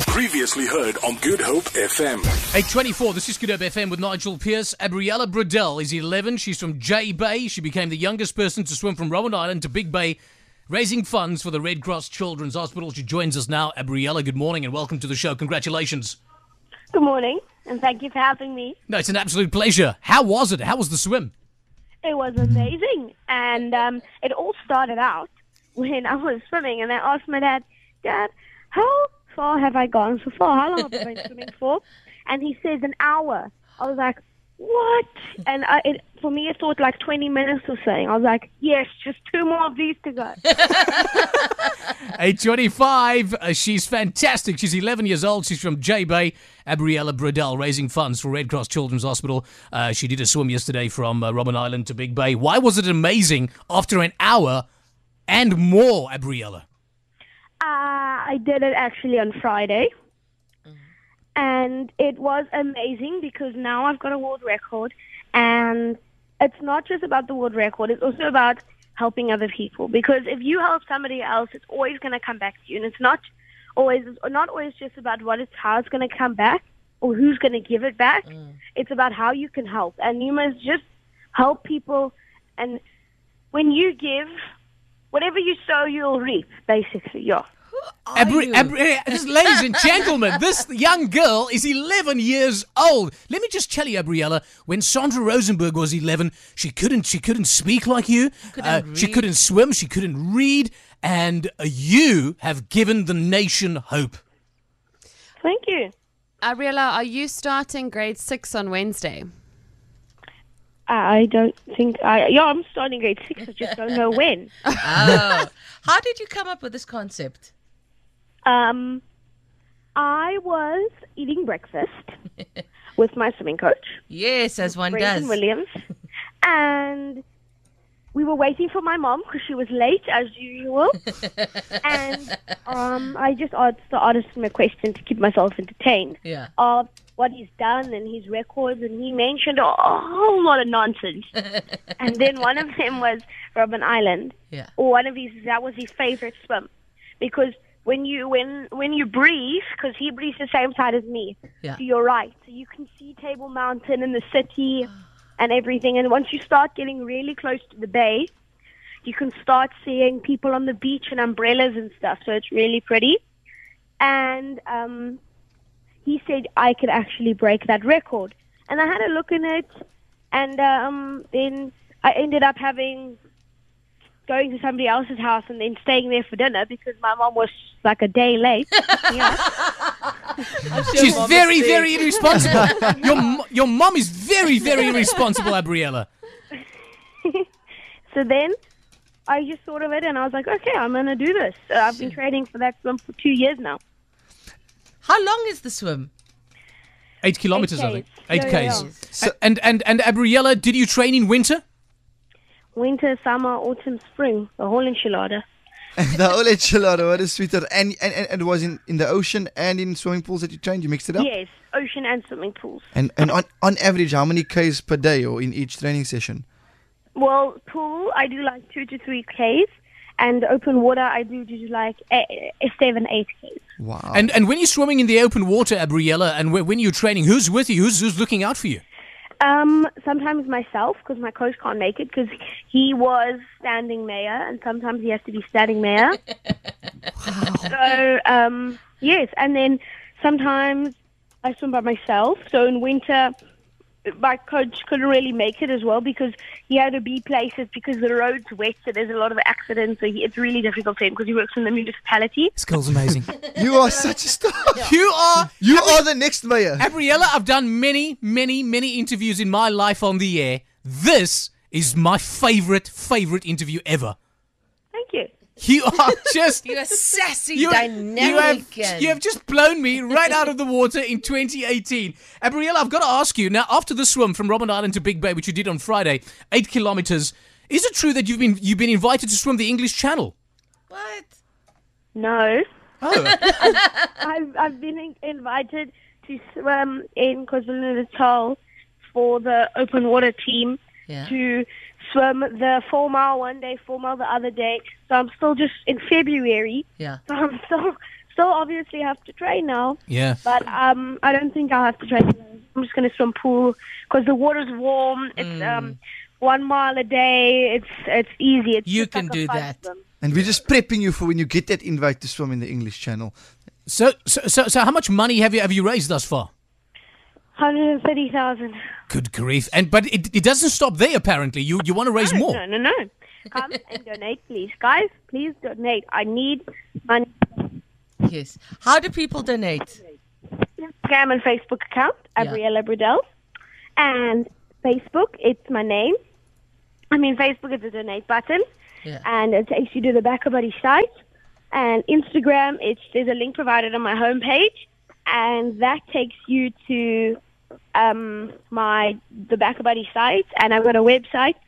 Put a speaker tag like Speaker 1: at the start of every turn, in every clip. Speaker 1: Previously heard on Good Hope FM.
Speaker 2: 824, this is Good Up FM with Nigel Pearce. Abriella Bradell is 11. She's from J Bay. She became the youngest person to swim from Rowan Island to Big Bay, raising funds for the Red Cross Children's Hospital. She joins us now. Abriella, good morning and welcome to the show. Congratulations.
Speaker 3: Good morning, and thank you for having me.
Speaker 2: No, it's an absolute pleasure. How was it? How was the swim?
Speaker 3: It was amazing, and um, it all started out when I was swimming, and I asked my dad, "Dad, how far have I gone so far? How long have I been swimming for?" And he says an hour. I was like, "What?" And I, it, for me, it thought like twenty minutes or something. I was like, "Yes, just two more of these to go."
Speaker 2: 825, uh, she's fantastic. She's 11 years old. She's from J Bay. Abriella Bradell, raising funds for Red Cross Children's Hospital. Uh, she did a swim yesterday from uh, Robben Island to Big Bay. Why was it amazing after an hour and more, Abriella?
Speaker 3: Uh, I did it actually on Friday. And it was amazing because now I've got a world record. And it's not just about the world record, it's also about helping other people. Because if you help somebody else, it's always going to come back to you. And it's not always, it's not always just about what it's, how it's going to come back or who's going to give it back. It's about how you can help. And you must just help people. And when you give, whatever you sow, you'll reap, basically, yeah.
Speaker 2: Abri- Abri- just, ladies and gentlemen, this young girl is 11 years old. Let me just tell you, Abriella, when Sandra Rosenberg was 11, she couldn't she couldn't speak like you. uh, she couldn't swim. She couldn't read. And uh, you have given the nation hope.
Speaker 3: Thank you.
Speaker 4: Ariella, are you starting grade six on Wednesday?
Speaker 3: I I don't think I. Yeah, I'm starting grade six. I just don't know when.
Speaker 5: Oh. How did you come up with this concept?
Speaker 3: Um, I was eating breakfast with my swimming coach,
Speaker 5: Yes, as one
Speaker 3: Brayden
Speaker 5: does.
Speaker 3: Williams, and we were waiting for my mom because she was late as usual. and um, I just asked the artist him a question to keep myself entertained.
Speaker 5: Yeah.
Speaker 3: Of what he's done and his records, and he mentioned a whole lot of nonsense. and then one of them was Robin Island.
Speaker 5: Yeah.
Speaker 3: Or one of his that was his favorite swim, because when you when when you breathe, because he breathes the same side as me,
Speaker 5: Yeah.
Speaker 3: to your right, so you can see Table Mountain and the city and everything. And once you start getting really close to the bay, you can start seeing people on the beach and umbrellas and stuff. So it's really pretty. And um, he said I could actually break that record. And I had a look in it, and um, then I ended up having going to somebody else's house and then staying there for dinner because my mom was like a day late. Yeah.
Speaker 2: She's very, very irresponsible. your m- your mom is very, very irresponsible, Abriella.
Speaker 3: So then I just thought of it and I was like, okay, I'm going to do this. So I've been training for that swim for two years now.
Speaker 5: How long is the swim?
Speaker 2: Eight kilometers, I
Speaker 3: Ks.
Speaker 2: think. Eight
Speaker 3: Yeah, yeah,
Speaker 2: k's.
Speaker 3: yeah.
Speaker 2: A- and and and Abriella, did you train in winter?
Speaker 3: Winter, summer, autumn, spring, the whole enchilada.
Speaker 6: the whole enchilada, what is sweeter. And, and, and and it was in, in the ocean and in swimming pools that you trained, you mixed it up?
Speaker 3: Yes, ocean and swimming pools.
Speaker 6: And, and on, on average, how many Ks per day or in each training session?
Speaker 3: Well, pool, I do like two to three Ks. And open water, I do do like eh, eh, seven, eight Ks.
Speaker 6: Wow.
Speaker 2: Oh. And and when you're swimming in the open water, Abriella, and wh- when you're training, who's with you? Who's who's looking out for you?
Speaker 3: Um, sometimes myself, because my coach can't make it, because he was standing mayor, and sometimes he has to be standing mayor. So, um, yes, and then sometimes I swim by myself. So in winter, my coach couldn't really make it as well because he had to be places because the road's wet, so there's a lot of accidents. So he, it's really difficult for him because he works in the municipality.
Speaker 2: This girl's amazing.
Speaker 6: you are such a star.
Speaker 2: you are
Speaker 6: You are the next mayor.
Speaker 2: Abriella. I've done many, many, many interviews in my life on the air. This is my favorite, favorite interview ever.
Speaker 3: Thank you.
Speaker 2: You are just.
Speaker 5: You're sassy,
Speaker 2: You, you, have,
Speaker 5: dynamic. and-
Speaker 2: you have just blown me right out of the water in 2018. Abriella, I've got to ask you now, after the swim from Robben Island to Big Bay, which you did on Friday, eight kilometers, is it true that you've been, you've been invited to swim the English Channel?
Speaker 5: What?
Speaker 3: No,
Speaker 2: Oh.
Speaker 3: I've, I've been in- invited to swim in KwaZulu-Natal for the open water team
Speaker 5: Yeah.
Speaker 3: to swim the four mile one day, four mile the other day. So I'm still just in February.
Speaker 5: Yeah.
Speaker 3: So I'm still still obviously have to train now.
Speaker 2: Yeah.
Speaker 3: But um, I don't think I'll have to train. I'm just going to swim pool because the water's warm. It's
Speaker 5: Mm.
Speaker 3: um, one mile a day. It's it's easy. It's
Speaker 5: You
Speaker 3: just
Speaker 5: can
Speaker 3: like a
Speaker 5: do
Speaker 3: fun
Speaker 5: that.
Speaker 3: swim.
Speaker 6: And we're just prepping you for when you get that invite to swim in the English Channel.
Speaker 2: So, so, so, so how much money have you have you raised thus far?
Speaker 3: 130,000.
Speaker 2: Good grief! And but it, it doesn't stop there. Apparently, you you want to raise more.
Speaker 3: No, no, no. Come and donate, please. Guys, please donate. I need money.
Speaker 5: Yes. How do people donate?
Speaker 3: Instagram and Facebook account,
Speaker 5: Yeah.
Speaker 3: Abriella Brudel. And Facebook, it's my name. I mean, Facebook is a donate button,
Speaker 5: Yeah.
Speaker 3: and it takes you to the Backer Buddy site. And Instagram, it's there's a link provided on my homepage, and that takes you to um, my the Backer Buddy site. And I've got a website,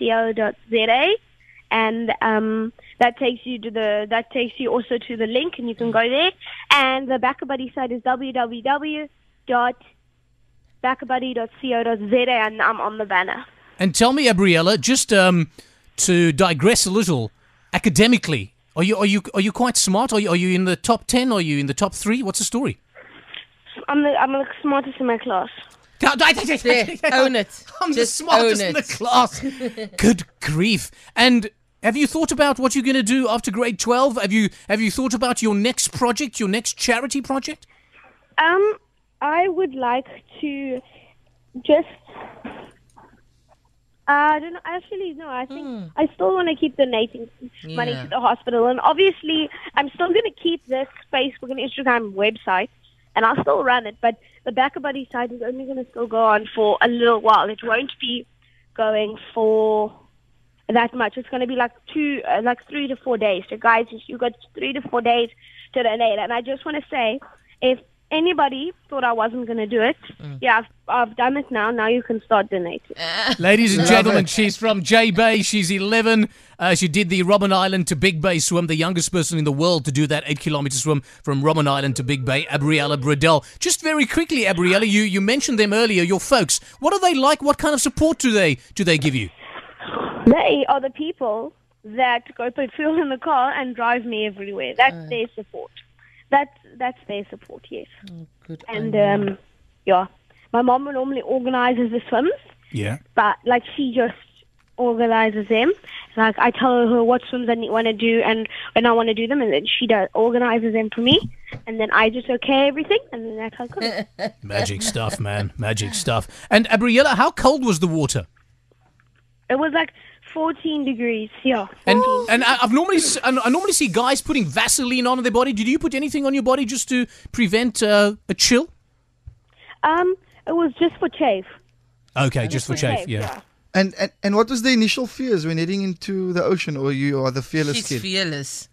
Speaker 3: www.abriellabradell.co.za, and um, that takes you to the that takes you also to the link, and you can go there. And the Backer Buddy site is www.backabuddy.co.za, and I'm on the banner.
Speaker 2: And tell me, Abriella, just um, to digress a little, academically, are you are you are you quite smart? Are you are you in the top ten? Are you in the top three? What's the story?
Speaker 3: I'm the I'm the smartest in my class.
Speaker 5: There, own it.
Speaker 2: I'm
Speaker 5: Just
Speaker 2: the smartest
Speaker 5: own
Speaker 2: in the
Speaker 5: it.
Speaker 2: class. Good grief! And have you thought about what you're going to do after grade twelve? Have you have you thought about your next project, your next charity project?
Speaker 3: Um, I would like to just. Uh, I don't know. Actually, no. I think I still want to keep donating money
Speaker 5: Yeah.
Speaker 3: to the hospital, and obviously, I'm still going to keep this Facebook and Instagram website, and I'll still run it. But the backer buddy site is only going to still go on for a little while. It won't be going for that much. It's going to be like two, uh, like three to four days. So guys, if you got three to four days to donate, and I just want to say, if anybody thought I wasn't going to do it, yeah, I've, I've done it now. Now you can start donating.
Speaker 2: Ladies and gentlemen, she's from J Bay. She's 11. Uh, she did the Robben Island to Big Bay swim, the youngest person in the world to do that eight kilometer swim from Robben Island to Big Bay, Abriella Bradell. Just very quickly, Abriella, you, you mentioned them earlier, your folks. What are they like? What kind of support do they do they give you?
Speaker 3: They are the people that go put fuel in the car and drive me everywhere. That's their support. That's that's their support. Yes,
Speaker 5: Good
Speaker 3: and
Speaker 5: on
Speaker 3: um, yeah, my mom normally organizes the swims.
Speaker 2: Yeah.
Speaker 3: but like she just organizes them. Like I tell her what swims I want to do and when I want to do them, and then she does organizes them for me, and then I just okay everything, and then that's how it goes.
Speaker 2: Magic stuff, man. Magic stuff. And Abriella, how cold was the water?
Speaker 3: it was like 14 degrees. Yeah.
Speaker 2: And and I, I've normally s- I, I normally see guys putting Vaseline on their body. Did you put anything on your body just to prevent uh, a chill?
Speaker 3: Um, it was just for chafe.
Speaker 2: Okay, just for chafe. yeah.
Speaker 6: And, and and what was the initial fears when heading into the ocean, or you are the
Speaker 5: you.
Speaker 6: fearless
Speaker 5: She's
Speaker 6: kid?
Speaker 5: fearless.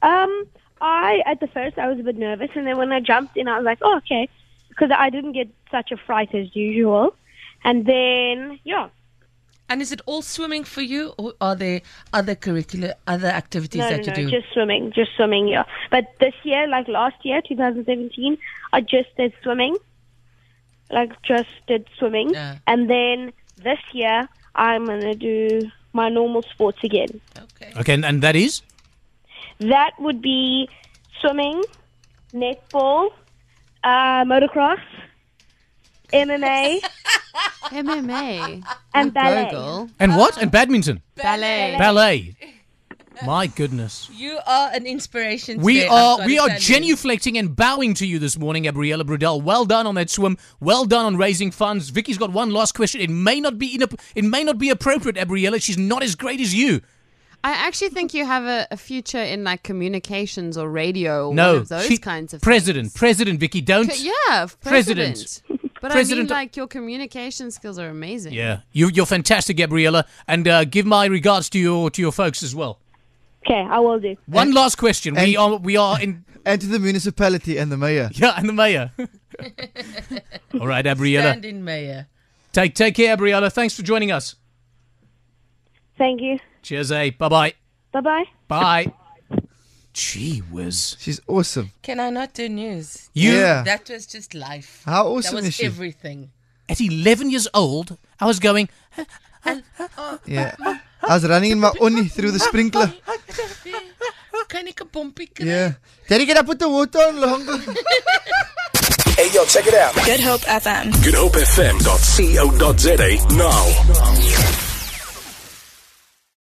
Speaker 3: Um, I at the first I was a bit nervous, and then when I jumped in, I was like, "Oh, okay," because I didn't get such a fright as usual. And then, yeah,
Speaker 5: And is it all swimming for you, or are there other curricula, other activities
Speaker 3: no,
Speaker 5: that
Speaker 3: no,
Speaker 5: you
Speaker 3: no,
Speaker 5: do?
Speaker 3: just swimming, just swimming. Yeah, but this year, like last year, 2017, I just did swimming, like just did swimming,
Speaker 5: Yeah.
Speaker 3: and then this year I'm gonna do my normal sports again.
Speaker 5: okay.
Speaker 2: Okay, and, and that is?
Speaker 3: That would be swimming, netball, uh, motocross, MMA,
Speaker 4: MMA.
Speaker 3: and ballet.
Speaker 4: Google.
Speaker 2: And what? And badminton?
Speaker 4: Uh, Ballet.
Speaker 2: Ballet. My goodness.
Speaker 5: You are an inspiration.
Speaker 2: We
Speaker 5: today, I've
Speaker 2: are
Speaker 5: gotta
Speaker 2: we are
Speaker 5: tell you.
Speaker 2: genuflecting and bowing to you this morning, Gabriella Brudel. Well done on that swim. Well done on raising funds. Vicky's got one last question. It may not be inapp- it may not be appropriate, Gabriella. She's not as great as you.
Speaker 4: I actually think you have a, a future in like communications or radio or one
Speaker 2: No,
Speaker 4: of those
Speaker 2: she-
Speaker 4: kinds of
Speaker 2: president,
Speaker 4: things.
Speaker 2: president Vicky, don't.
Speaker 4: But yeah,
Speaker 2: President.
Speaker 4: president. But
Speaker 2: President-
Speaker 4: I mean, like your communication skills are amazing.
Speaker 2: Yeah, you you're fantastic, Gabriella, and uh, give my regards to your to your folks as well.
Speaker 3: Okay, I will do.
Speaker 2: One last question. we are we are in
Speaker 6: And to the municipality and the mayor.
Speaker 2: yeah, and the mayor. All right, Gabriella.
Speaker 5: Stand in mayor.
Speaker 2: Take take care, Briella. Thanks for joining us.
Speaker 3: Thank you.
Speaker 2: Cheers, eh? Bye bye.
Speaker 3: Bye bye.
Speaker 2: Bye. Gee whiz.
Speaker 6: She's awesome.
Speaker 5: Can I not do news?
Speaker 2: You
Speaker 6: Yeah.
Speaker 5: That was just life.
Speaker 6: How awesome
Speaker 5: That was
Speaker 6: is she?
Speaker 5: everything.
Speaker 2: at eleven years old, I was going
Speaker 6: Yeah. I was running in my uni through the sprinkler.
Speaker 5: kan ek 'n pompie kry?
Speaker 6: Yeah. Daddy, can I put the water on longer?
Speaker 1: Hey, yo, check it out.
Speaker 7: Good Hope FM.
Speaker 1: GoodHopeFM.co.za now.